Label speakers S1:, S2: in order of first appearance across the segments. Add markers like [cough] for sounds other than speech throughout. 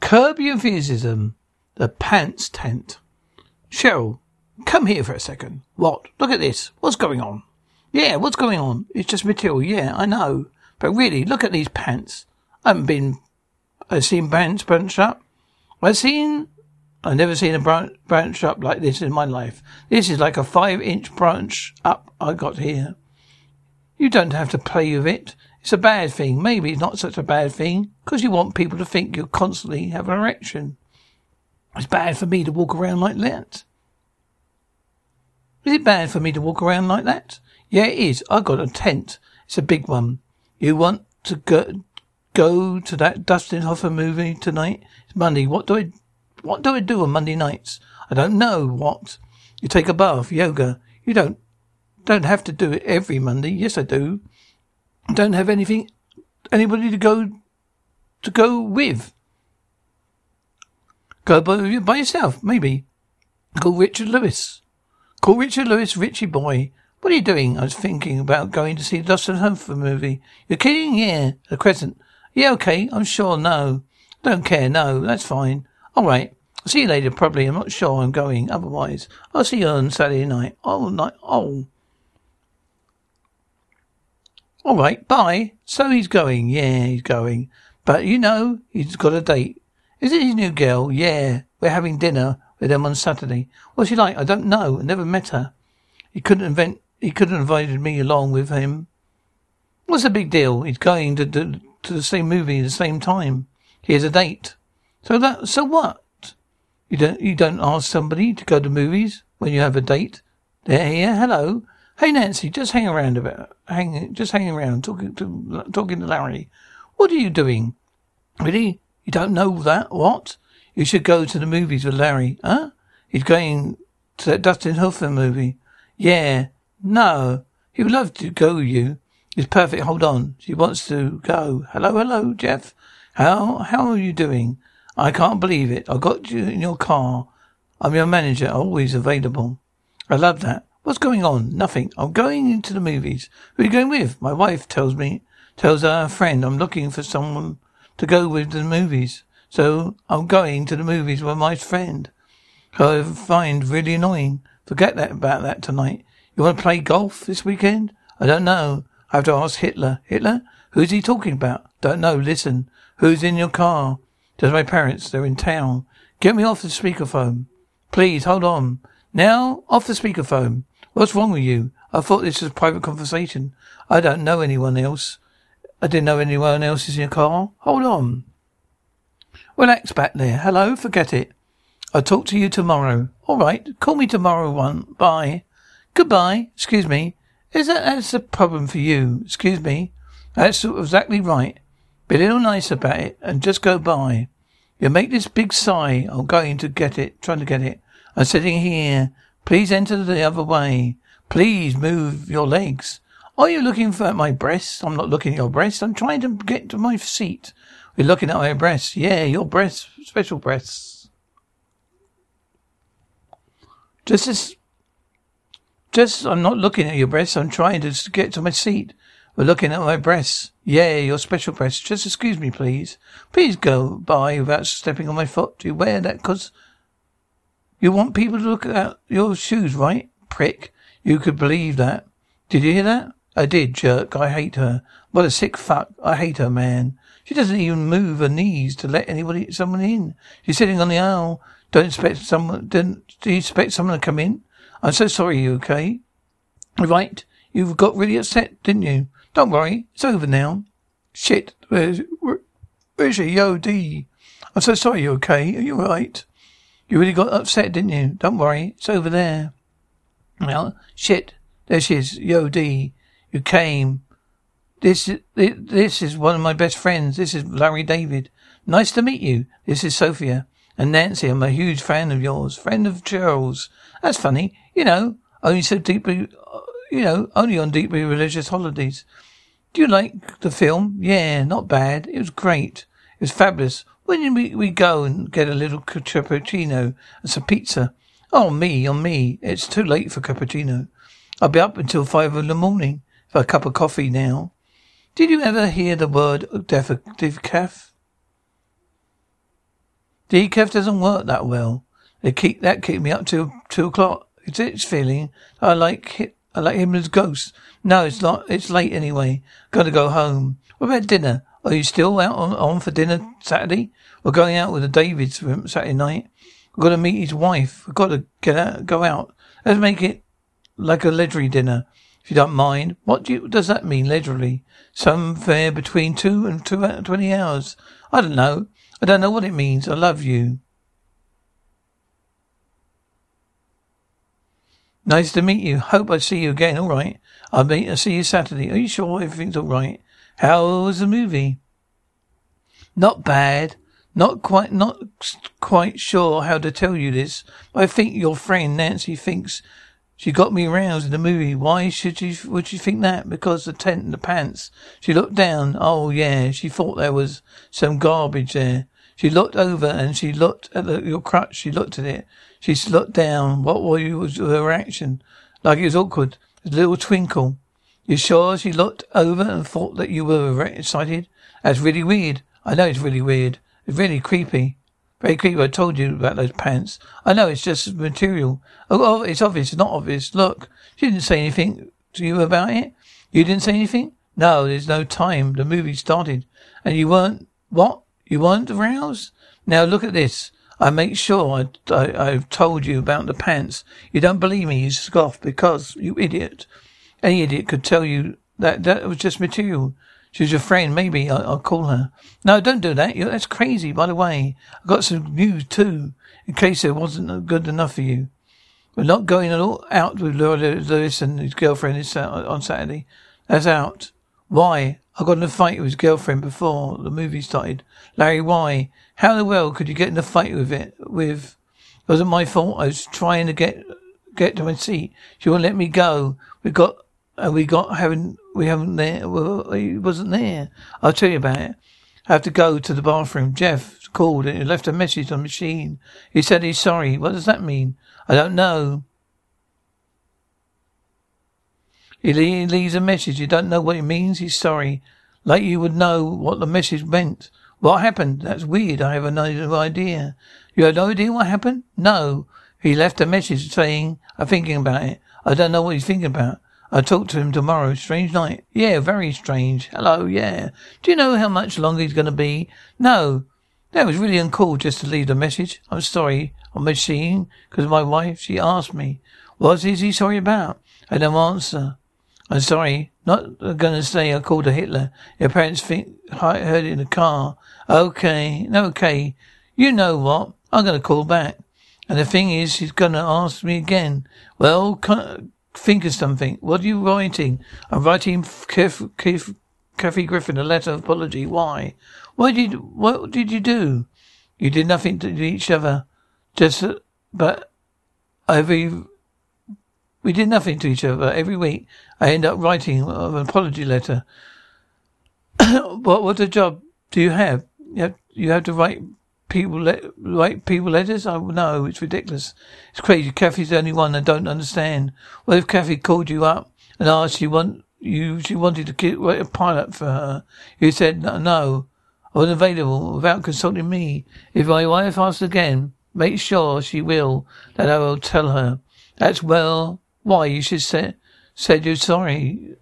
S1: Curb your enthusiasm. The pants tent. Cheryl, come here for a second. What? Look at this. What's going on? Yeah, what's going on? It's just material. Yeah, I know. But really, look at these pants. I haven't been. I've seen pants bunched up. I've seen. I've never seen a branch, branch up like this in my life. This is like a five inch branch up I got here. You don't have to play with it. It's a bad thing. Maybe it's not such a bad thing, 'cause you want people to think you constantly have an erection. It's bad for me to walk around like that. Is it bad for me to walk around like that? Yeah, it is. I got a tent. It's a big one. You want to go, go to that Dustin Hoffman movie tonight? It's Monday. What do I, what do I do on Monday nights? I don't know what. You take a bath, yoga. You don't, don't have to do it every Monday. Yes, I do. I don't have anything, anybody to go, to go with. Go by, by yourself, maybe. Call Richard Lewis. Call Richard Lewis, Richie boy. What are you doing? I was thinking about going to see the Lost and Humphrey movie. You're kidding? Yeah. The Crescent. Yeah, okay. I'm sure. No. Don't care. No. That's fine. All right. I'll see you later, probably. I'm not sure I'm going. Otherwise, I'll see you on Saturday night. Oh, night. Oh. All right. Bye. So he's going. Yeah, he's going. But you know, he's got a date. Is it his new girl? Yeah. We're having dinner with them on Saturday. What's she like? I don't know. I never met her. He couldn't invent. He couldn't have invited me along with him. What's the big deal? He's going to to, to the same movie at the same time. Here's a date. So that. So what? You don't. You don't ask somebody to go to movies when you have a date. They're here. Hello. Hey Nancy, just hang around a bit. Hang. Just hang around. Talking to talking to Larry. What are you doing? Really? You don't know that? What? You should go to the movies with Larry, huh? He's going to that Dustin Hoffman movie. Yeah. No. He would love to go with you. He's perfect. Hold on. She wants to go. Hello, hello, Jeff. How how are you doing? I can't believe it. I got you in your car. I'm your manager, always available. I love that. What's going on? Nothing. I'm going into the movies. Who are you going with? My wife tells me, tells her friend I'm looking for someone to go with to the movies. So I'm going to the movies with my friend, who I find really annoying. Forget that about that tonight. You want to play golf this weekend? I don't know. I have to ask Hitler. Hitler? Who's he talking about? Don't know. Listen. Who's in your car? Just my parents. They're in town. Get me off the speakerphone. Please, hold on. Now, off the speakerphone. What's wrong with you? I thought this was a private conversation. I don't know anyone else. I didn't know anyone else is in your car. Hold on. Relax back there. Hello, forget it. I'll talk to you tomorrow. All right, call me tomorrow one. Bye. Goodbye. Excuse me. Is that that's a problem for you? Excuse me. That's exactly right. Be a little nice about it and just go by. You make this big sigh. I'm going to get it, trying to get it. I'm sitting here. Please enter the other way. Please move your legs. Are you looking for my breasts? I'm not looking at your breasts. I'm trying to get to my seat. You're looking at my breasts. Yeah, your breasts, special breasts. Just as, just I'm not looking at your breasts. I'm trying to s- get to my seat. We're looking at my breasts. Yeah, your special breasts. Just excuse me, please. Please go by without stepping on my foot. You wear that 'cause you want people to look at your shoes, right? Prick. You could believe that. Did you hear that? I did, jerk. I hate her. What a sick fuck. I hate her, man. She doesn't even move her knees to let anybody, someone in. She's sitting on the aisle. Don't expect someone, don't, do you expect someone to come in? I'm so sorry, you okay? Right. You got really upset, didn't you? Don't worry. It's over now. Shit. Where's, where, where's your Yo, D? I'm so sorry, you okay? Are you alright? You really got upset, didn't you? Don't worry. It's over there. Well, shit. There she is. Yo, D. You came. This is this is one of my best friends. This is Larry David. Nice to meet you. This is Sophia and Nancy. I'm a huge fan of yours, friend of Cheryl's. That's funny. You know, only so deeply. uh, You know, only on deeply religious holidays. Do you like the film? Yeah, not bad. It was great. It was fabulous. When did we, we go and get a little cappuccino and some pizza? Oh, me, on me. It's too late for cappuccino. I'll be up until five in the morning for a cup of coffee now. Did you ever hear the word def- decaf? Decaf doesn't work that well. They keep that keep me up till two o'clock. It's it's feeling I like it. I like him as ghost. No, it's not. It's late anyway. Gotta go home. What about dinner? Are you still out on, on for dinner Saturday? We're going out with the Davids for Saturday night. We've got to meet his wife. We've got to get out, go out. Let's make it like a ledry dinner, if you don't mind. What do you, does that mean, ledry? Somewhere between two and two and twenty hours. I don't know. I don't know what it means. I love you. Nice to meet you. Hope I see you again. All right. I'll meet. I'll see you Saturday. Are you sure everything's all right? How was the movie? Not bad. Not quite. Not quite sure how to tell you this. But I think your friend Nancy thinks she got me roused in the movie. Why should she? Would she think that? Because the tent and the pants. She looked down. Oh yeah, she thought there was some garbage there. She looked over and she looked at the, your crutch. She looked at it. She looked down. What was her reaction? Like it was awkward. A little twinkle. You sure she looked over and thought that you were excited? That's really weird. I know it's really weird. It's really creepy. Very creepy. I told you about those pants. I know it's just material. Oh, oh, it's obvious. It's not obvious. Look, she didn't say anything to you about it. You didn't say anything. No, there's no time. The movie started, and you weren't. What? You weren't aroused. Now look at this. I make sure I, I, have told you about the pants. You don't believe me. You scoff because you idiot. Any idiot could tell you that that was just material. She's your friend. Maybe I, will call her. No, don't do that. You're, that's crazy. By the way, I've got some news too, in case it wasn't good enough for you. We're not going at all out with Laura Lewis and his girlfriend this, uh, on Saturday. That's out. Why? I got in a fight with his girlfriend before the movie started. Larry, why? How in the world could you get in a fight with it? With it wasn't my fault. I was trying to get get to my seat. She wouldn't let me go. We got and we got having we haven't there well he wasn't there i'll tell you about it i have to go to the bathroom jeff called and he left a message on the machine he said he's sorry what does that mean i don't know he leaves a message you don't know what it means he's sorry like you would know what the message meant what happened that's weird i have no idea you have no idea what happened no he left a message saying i'm thinking about it i don't know what he's thinking about I'll talk to him tomorrow. Strange night. Yeah, very strange. Hello, yeah. Do you know how much longer he's going to be? No. That was really uncool just to leave a message. I'm sorry. I'm machine because my wife, she asked me, what is he sorry about? I don't answer. I'm sorry. Not going to say I called a Hitler. Your parents think I heard it in the car. Okay. No, okay. You know what? I'm going to call back. And the thing is, he's going to ask me again. Well, can, think of something. What are you writing? I'm writing Keith, Keith, Kathy Griffin a letter of apology. Why? Why did what did you do? You did nothing to each other. Just but every we did nothing to each other. Every week I end up writing an apology letter. [coughs] what what a job do you have? You have, you have to write people let write people letters? I oh, know it's ridiculous. It's crazy. Kathy's the only one I don't understand. What if Kathy called you up and asked you want you she wanted to get, write a pilot for her? You said no, no, I wasn't available without consulting me. If my wife asks again, make sure she will that I will tell her. That's well why you should say said you're sorry.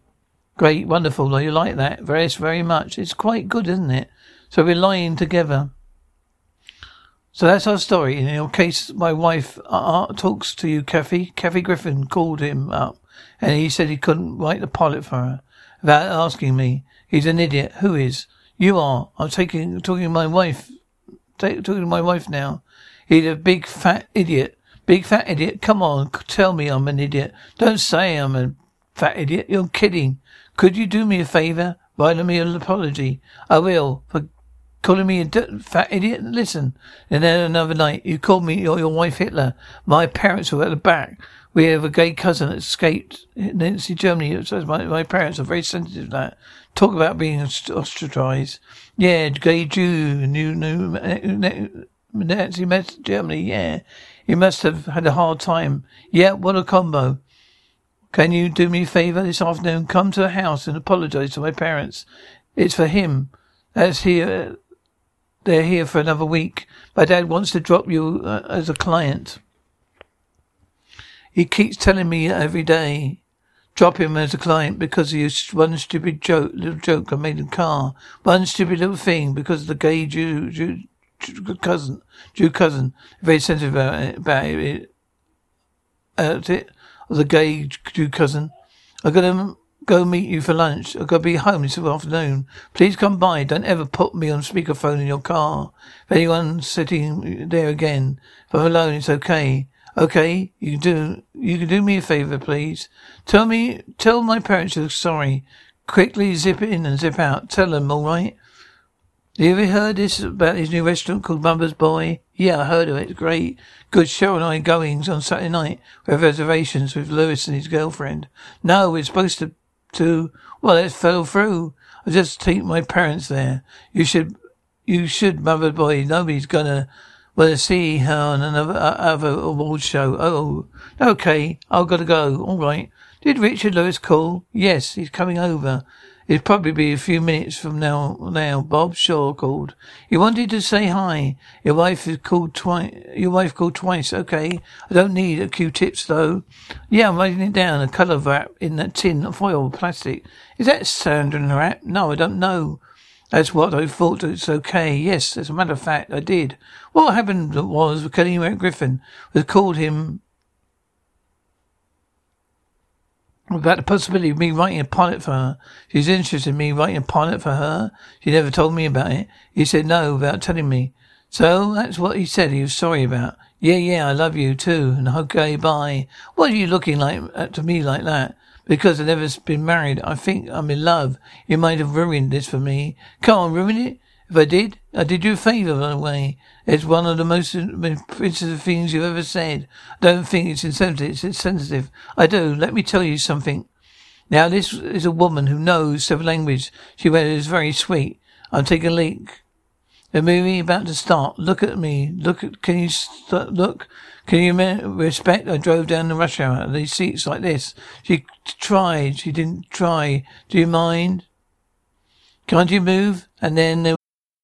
S1: Great, wonderful. You like that very, very much. It's quite good, isn't it? So we're lying together. So that's our story. In your case, my wife uh, uh, talks to you, Kathy. Kathy Griffin called him up and he said he couldn't write the pilot for her without asking me. He's an idiot. Who is? You are. I'm taking, talking to my wife. Ta talking to my wife now. He's a big fat idiot. Big fat idiot. Come on, c- tell me I'm an idiot. Don't say I'm a fat idiot. You're kidding. Could you do me a favor? Write me an apology. I will. For calling me a d- fat idiot. Listen, and then another night you called me your, your wife Hitler. My parents were at the back. We have a gay cousin that escaped Nazi Germany. It says my, my parents are very sensitive to that. Talk about being ost- ostracized. Yeah, gay Jew, new, new, new Nazi met Germany. Yeah, you must have had a hard time. Yeah, what a combo. Can you do me a favor this afternoon? Come to the house and apologize to my parents. It's for him. uh, That's here they're here for another week. My dad wants to drop you uh, as a client. He keeps telling me every day, drop him as a client because of his one stupid joke, little joke I made in the car, one stupid little thing because of the gay Jew, Jew, Jew cousin, Jew cousin, very sensitive about it, about it, about it, the gay Jew cousin. I'm gonna go meet you for lunch. I've got to be home this afternoon. Please come by. Don't ever put me on speakerphone in your car. If anyone's sitting there again, if I'm alone, it's okay. Okay, you can do you can do me a favor, please. Tell me, tell my parents you're sorry. Quickly zip in and zip out. Tell them, all right. Have you ever heard this about his new restaurant called Mumba's Boy? Yeah, I heard of it. It's great. Good. Cheryl and I goings on Saturday night. We have reservations with Lewis and his girlfriend. No, we're supposed to, to, well, it fell through. I just take my parents there. You should, you should, Mumba's Boy. Nobody's gonna, want to see her on another, uh, other award show. Oh, okay. I've got to go. All right. Did Richard Lewis call? Yes, he's coming over. It'd probably be a few minutes from now. Now, Bob Shaw called. He wanted to say hi. Your wife is called twice. Your wife called twice. Okay. I don't need a Q-tips though. Yeah, I'm writing it down. A colour wrap in that tin of foil plastic. Is that Sandrin wrap? No, I don't know. That's what I thought. It's okay. Yes, as a matter of fact, I did. What happened was Kelly Griffin was called him about the possibility of me writing a pilot for her. She's interested in me writing a pilot for her. She never told me about it. He said no without telling me. So that's what he said he was sorry about. Yeah, yeah, I love you too. And okay, bye. What are you looking like at- to me like that? Because I've never s- been married. I think I'm in love. You might have ruined this for me. Come on, ruin it. If I did, I did you a favour, by the way. It's one of the most insensitive things you've ever said. I don't think it's insensitive. It's sensitive. I do. Let me tell you something. Now, this is a woman who knows several languages. She went, is very sweet. I'll take a leak. The movie about to start. Look at me. Look at. Can you st- look? Can you me- respect? I drove down the rush hour. These seats like this. She tried. She didn't try. Do you mind? Can't you move? And then there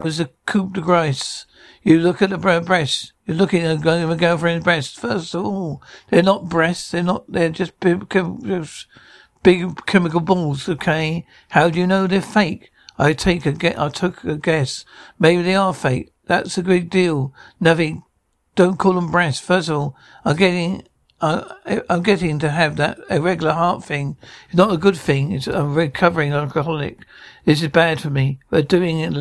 S1: was a coup de grace. You look at the bre- breasts. You're looking at a a girlfriend's breasts. First of all, they're not breasts. They're not. They're just big, chem- just big chemical balls. Okay. How do you know they're fake? I take a ge- I took a guess. Maybe they are fake. That's a big deal. Nothing. Don't call them breasts. First of all, I'm getting. Uh, I- I'm getting to have that irregular heart thing. It's not a good thing. It's I'm recovering alcoholic. This is bad for me. We're doing it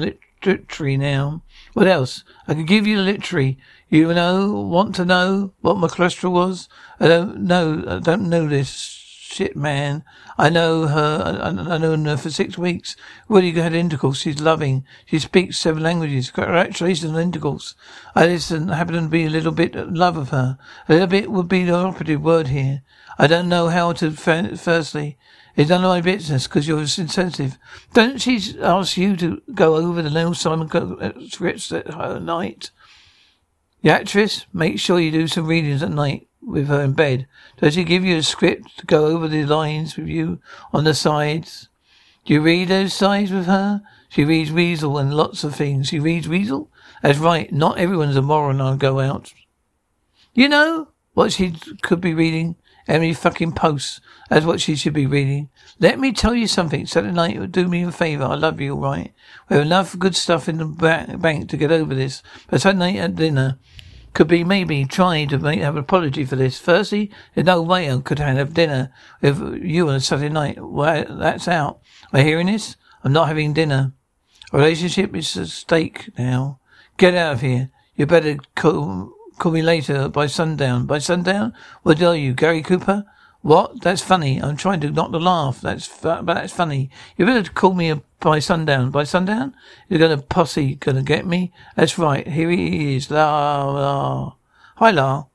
S1: literary now. What else? I can give you the literary. You know, want to know what my cholesterol was? I don't know. I don't know this shit man. I know her. I, I- I known her for six weeks. Willie had intercourse. She's loving. She speaks seven languages. Congratulations on intercourse. I listen. Happen to be a little bit in love of her. A little bit would be the operative word here. I don't know how to. fir- Firstly, it's none of my business because you're insensitive. Don't she ask you to go over the Neil Simon co- uh, scripts at her night? The actress, make sure you do some readings at night with her in bed. Does she give you a script to go over the lines with you on the sides? Do you read those sides with her? She reads Weasel and lots of things. She reads Weasel? That's right, not everyone's a moron I'll go out. You know what she could be reading? Emily fucking Post. That's what she should be reading. Let me tell you something. Saturday night, would do me a favour. I love you, all right? We have enough good stuff in the ba- bank to get over this. But Saturday night at dinner, could be maybe trying to make have an apology for this. Firstly, there's no way I could have dinner with you on a Saturday night. Well, that's out. Am I hearing this? I'm not having dinner. Our relationship is at stake now. Get out of here. You better call, call me later by sundown. By sundown? What are you, Gary Cooper? What? That's funny. I'm trying to not to laugh. That's fu- but that's funny. You better call me by sundown. By sundown, you're gonna posse, gonna get me. That's right. Here he is. La la. Hi la.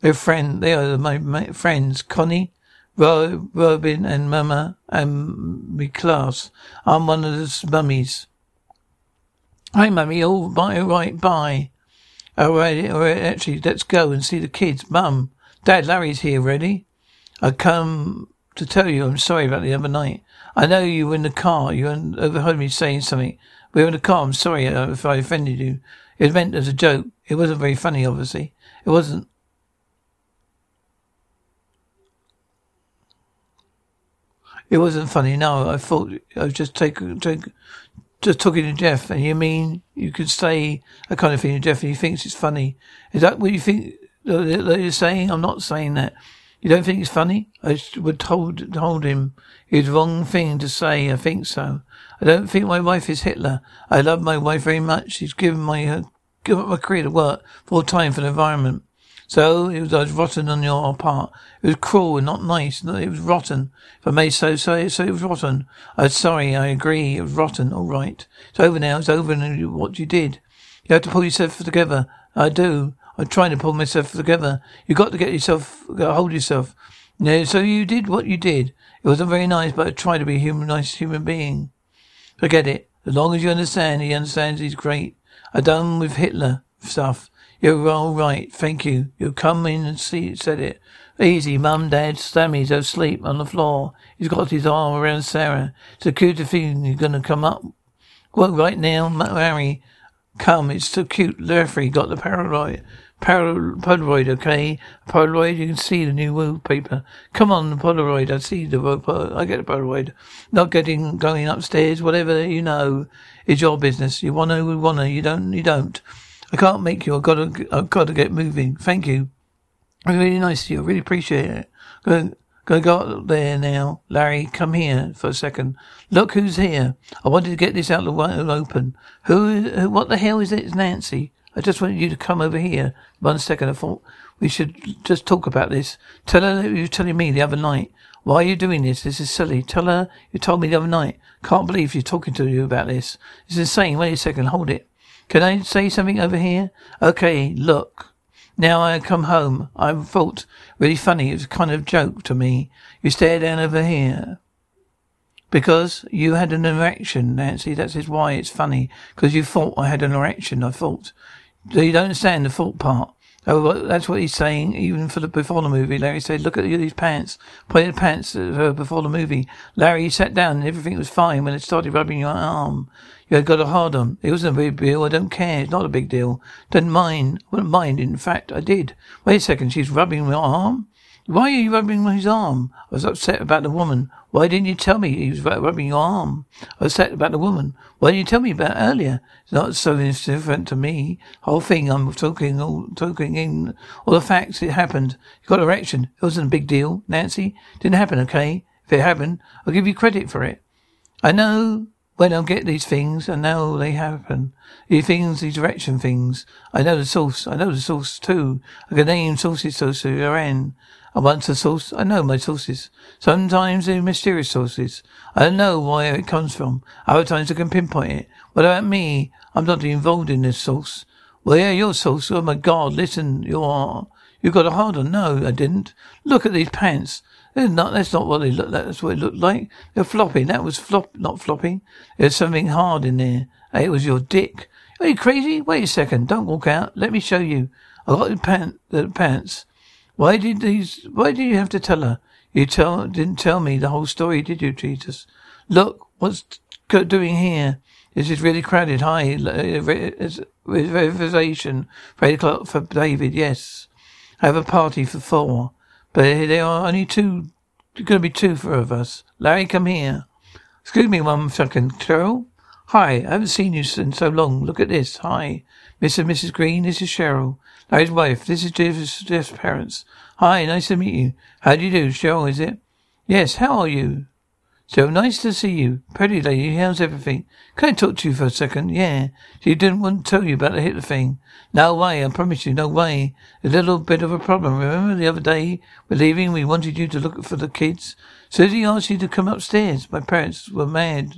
S1: They're friend. They are my, my friends, Connie, Ro, Robin, and Mama, and me class. I'm one of those mummies. Hi, mummy. All by all right. Bye. All right. All right. Actually, let's go and see the kids. Mum, Dad, Larry's here. Ready? I come to tell you I'm sorry about the other night. I know you were in the car. You un- overheard me saying something. We were in the car. I'm sorry uh, if I offended you. It was meant as a joke. It wasn't very funny, obviously. It wasn't. It wasn't funny. No, I thought I was just taking, take, just talking to Jeff. And you mean you could say that kind of thing to Jeff, and he thinks it's funny? Is that what you think that that you're saying? I'm not saying that. You don't think it's funny? I s- would told told him it's the wrong thing to say. I think so. I don't think my wife is Hitler. I love my wife very much. She's given my uh, given up my career to work full time for the environment. So it was, I was rotten on your part. It was cruel and not nice. No, It was rotten. If I may so say, so it was rotten. I'm sorry. I agree. It was rotten. All right. It's over now. It's over. And you- what you did, you have to pull yourself together. I do. I'm trying to pull myself together. You got to get yourself, got hold of yourself. No, so you did what you did. It wasn't very nice, but I tried to be a human, nice human being. Forget it. As long as you understand, he understands he's great. I done with Hitler stuff. You're all right. Thank you. You come in and see. Said it. Easy, mum, dad. Sammy's asleep on the floor. He's got his arm around Sarah. It's a cute thing. You're gonna come up. Well, right now, Ma- Mary, come. It's so cute. Referee got the Polaroid. Pol- Polaroid, okay. Polaroid. You can see the new wallpaper. Come on, Polaroid. I see the. wo- Pol- I get the Polaroid. Not getting going upstairs. Whatever you know is your business. You wanna, you wanna. You don't, you don't. I can't make you. I've got to. I've got to get moving. Thank you. It's really nice of you. I really appreciate it. Gonna, gonna go up there now. Larry, come here for a second. Look who's here. I wanted to get this out in the wi- open. Who, who, what the hell is it? It's Nancy. I just wanted you to come over here. One second. I thought we should just talk about this. Tell her that you were telling me the other night. Why are you doing this? This is silly. Tell her you told me the other night. Can't believe she's talking to you about this. It's insane. Wait a second. Hold it. Can I say something over here? Okay, look. Now I come home. I thought really funny. It was a kind of joke to me. You stare down over here. Because you had an erection, Nancy. That's is why it's funny. Because you thought I had an erection. I thought. So you don't understand the thought part. Oh, well, that's what he's saying. Even for the before the movie, Larry said, "Look at these pants. Play the pants at her before the movie." Larry you sat down and everything was fine when it started rubbing your arm. You had got a hard on. It wasn't a big deal. I don't care. It's not a big deal. Didn't mind. Wouldn't mind. In fact, I did. Wait a second. She's rubbing my arm. Why are you rubbing his arm? I was upset about the woman. Why didn't you tell me he was ru- rubbing your arm? I was upset about the woman. Why didn't you tell me about it earlier? It's not so indifferent to me. Whole thing, I'm talking all, talking in all the facts. It happened. You got erection. It wasn't a big deal, Nancy. Didn't happen, okay? If it happened, I'll give you credit for it. I know when I get these things, I know they happen. These things, these direction things. I know the source. I know the source too. I can name sources so so you're in. I want the source. I know my sources. Sometimes they're mysterious sources. I don't know where it comes from. Other times I can pinpoint it. What about me? I'm not involved in this source. Well, yeah, your source. Oh my God! Listen, you're you got a hold on. No, I didn't. Look at these pants. They're not. That's not what they look. That's what it looked like. They're flopping. That was flop, not flopping. There's something hard in there. Hey, it was your dick. Are you crazy? Wait a second. Don't walk out. Let me show you. I got the pant, the pants. Why did these? Why did you have to tell her? You tell didn't tell me the whole story, did you, Jesus? Look, what's c- doing here? This is really crowded. Hi, l- uh, re- is- reservation for eight o'clock for David. Yes, I have a party for four, but there are only two. There's going to be two for of us. Larry, come here. Excuse me one second, Cheryl. Hi, I haven't seen you in so long. Look at this. Hi, Mr. and Mrs. Green. This is Cheryl, Larry's wife. This is Jeff's, Jeff's parents. Hi, nice to meet you. How do you do, Cheryl? Is it? Yes. How are you? So nice to see you. Pretty lady, how's everything? Can I talk to you for a second? Yeah. She didn't want to tell you about the Hitler thing. No way, I promise you, no way. A little bit of a problem. Remember the other day we're leaving, we wanted you to look for the kids? Susie asked you to come upstairs. My parents were mad.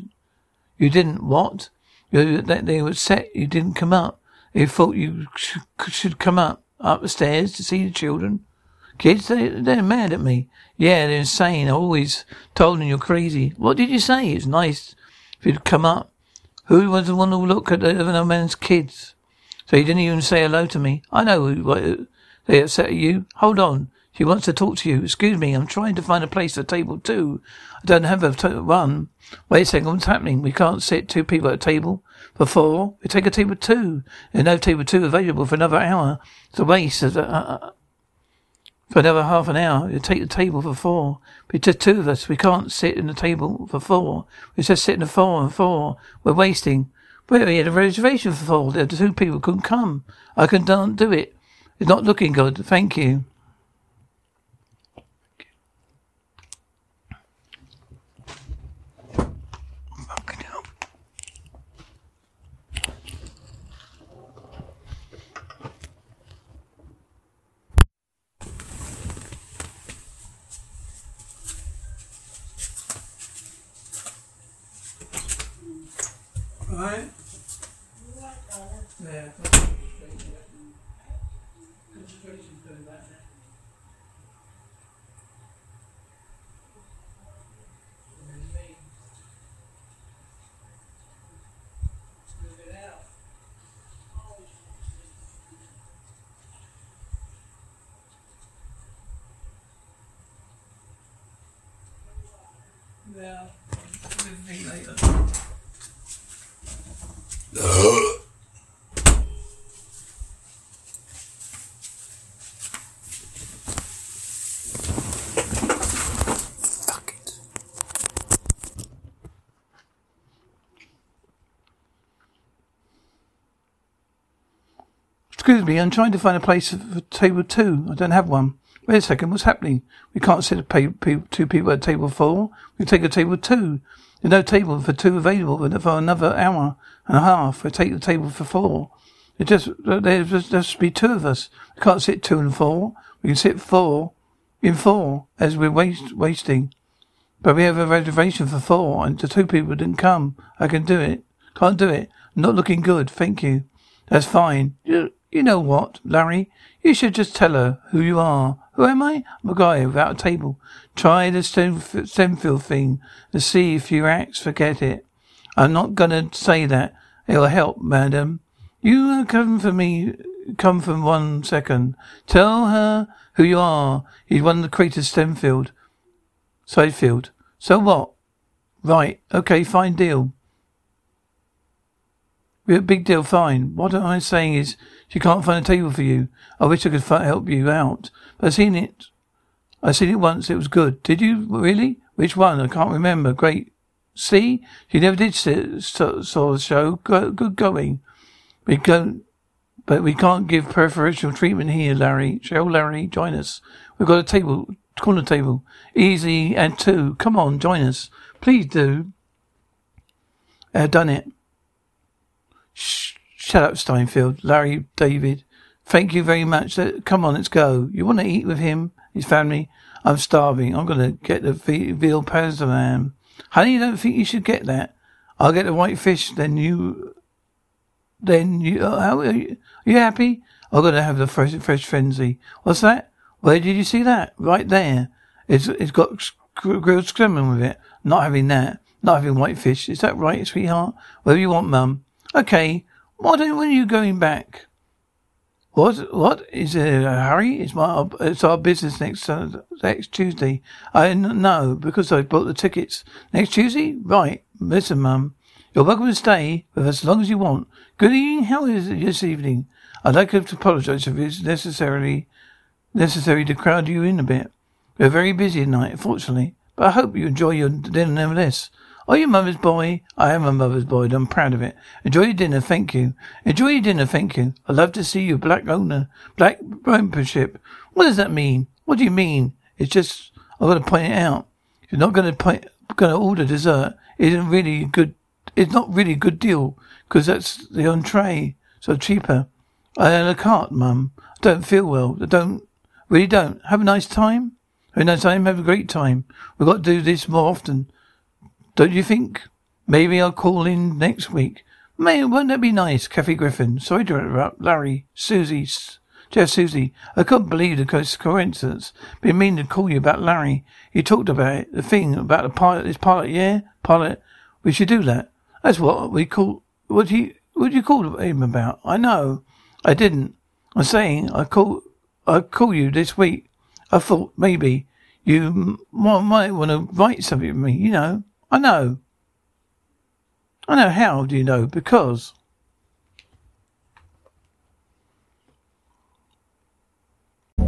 S1: You didn't what? You, that they were set, you didn't come up. They thought you sh- should come up, upstairs to see the children. Kids, they, they're mad at me. Yeah, they're insane. I always told them you're crazy. What did you say? It's nice if you'd come up. Who was the one who looked at the other man's kids? So you didn't even say hello to me. I know who- what, they upset at you. Hold on. She wants to talk to you. Excuse me, I'm trying to find a place for table two. I don't have a t- one. Wait a second, what's happening? We can't sit two people at a table for four. We take a table two. There's no table two available for another hour. It's a waste of, uh, for another half an hour. You take the table for four. But just two of us. We can't sit in the table for four. We're just sitting at four and four. We're wasting. But we had a reservation for four. The two people couldn't come. I can don't do it. It's not looking good. Thank you. Fucking hell. Right. Yeah. Yeah. Fuck it. Excuse me, I'm trying to find a place for table two. I don't have one. Wait a second, what's happening? We can't sit at pa- pe- two people at table four. We take a table two. There's no table for two available for for another hour and a half. We take the table for four. It just, there's just, just be two of us. We can't sit two and four. We can sit four in four as we're waste, wasting. But we have a reservation for four, and the two people didn't come. I can do it. Can't do it. Not looking good. Thank you. That's fine. You, you know what, Larry? You should just tell her who you are. Who am I? I'm a guy without a table. Try the Stenf- Stenfield thing to see if you acts. Forget it. I'm not gonna say that. It'll help, madam. You are come for me. Come from one second. Tell her who you are. He's one of the creators, Stenfield. Sidefield. So what? Right. Okay. Fine deal. Yeah, Big deal. Fine. What I'm saying is, she can't find a table for you. I wish I could fi- help you out, but I've seen it. I seen it once. It was good. Did you really? Which one? I can't remember. Great. See, she never did see, saw, saw the show. Go, good going. We go, but we can't give preferential treatment here, Larry. Cheryl, Larry, join us. We've got a table, corner table, easy and two. Come on, join us, please do. Uh, done it. Sh- shut up, Steinfeld. Larry, David, thank you very much. Let- Come on, let's go. You want to eat with him, his family? I'm starving. I'm going to get the ve- veal parmesan. Honey, you don't think you should get that. I'll get the white fish, then you. Then you. Oh, how are you? Are you happy? I'm going to have the fresh, fresh frenzy. What's that? Where did you see that? Right there. It's It's got gr- grilled scrimmin with it. Not having that. Not having white fish. Is that right, sweetheart? Whatever you want, mum. Okay. Why don't when are you going back? What? What is it? A hurry? It's my. It's our business next Sun- next Tuesday. I n- no, because I bought the tickets next Tuesday. Right. Listen, Mum. You're welcome to stay with us as long as you want. Good evening. How is it this evening? I'd like to apologise if it's necessarily necessary to crowd you in a bit. We're very busy tonight, fortunately, but I hope you enjoy your dinner nevertheless. Are you mother's boy? I am a mother's boy, and I'm proud of it. Enjoy your dinner, thank you. Enjoy your dinner, thank you. I love to see you, black owner, black ownership. What does that mean? What do you mean? It's just, I've got to point it out. You're not going to point, going to order dessert. It isn't really good. It's not really a good deal because that's the entree, so cheaper. I a la carte, mum. I don't feel well. I don't really don't. Have a nice time. Have a nice time. Have a great time. We've got to do this more often. Don't you think? Maybe I'll call in next week. May won't that be nice, Kathy Griffin? Sorry to interrupt, Larry, Susie, S- Jeff, Susie. I couldn't believe the co- coincidence. Been meaning to call you about Larry. You talked about it, the thing about the pilot, this pilot, yeah, pilot. We should do that. That's what we call. What do you what do you call him about? I know, I didn't. I'm saying I call I call you this week. I thought maybe you m- might want to write something to me. You know, I know. I know how. Do you know? Because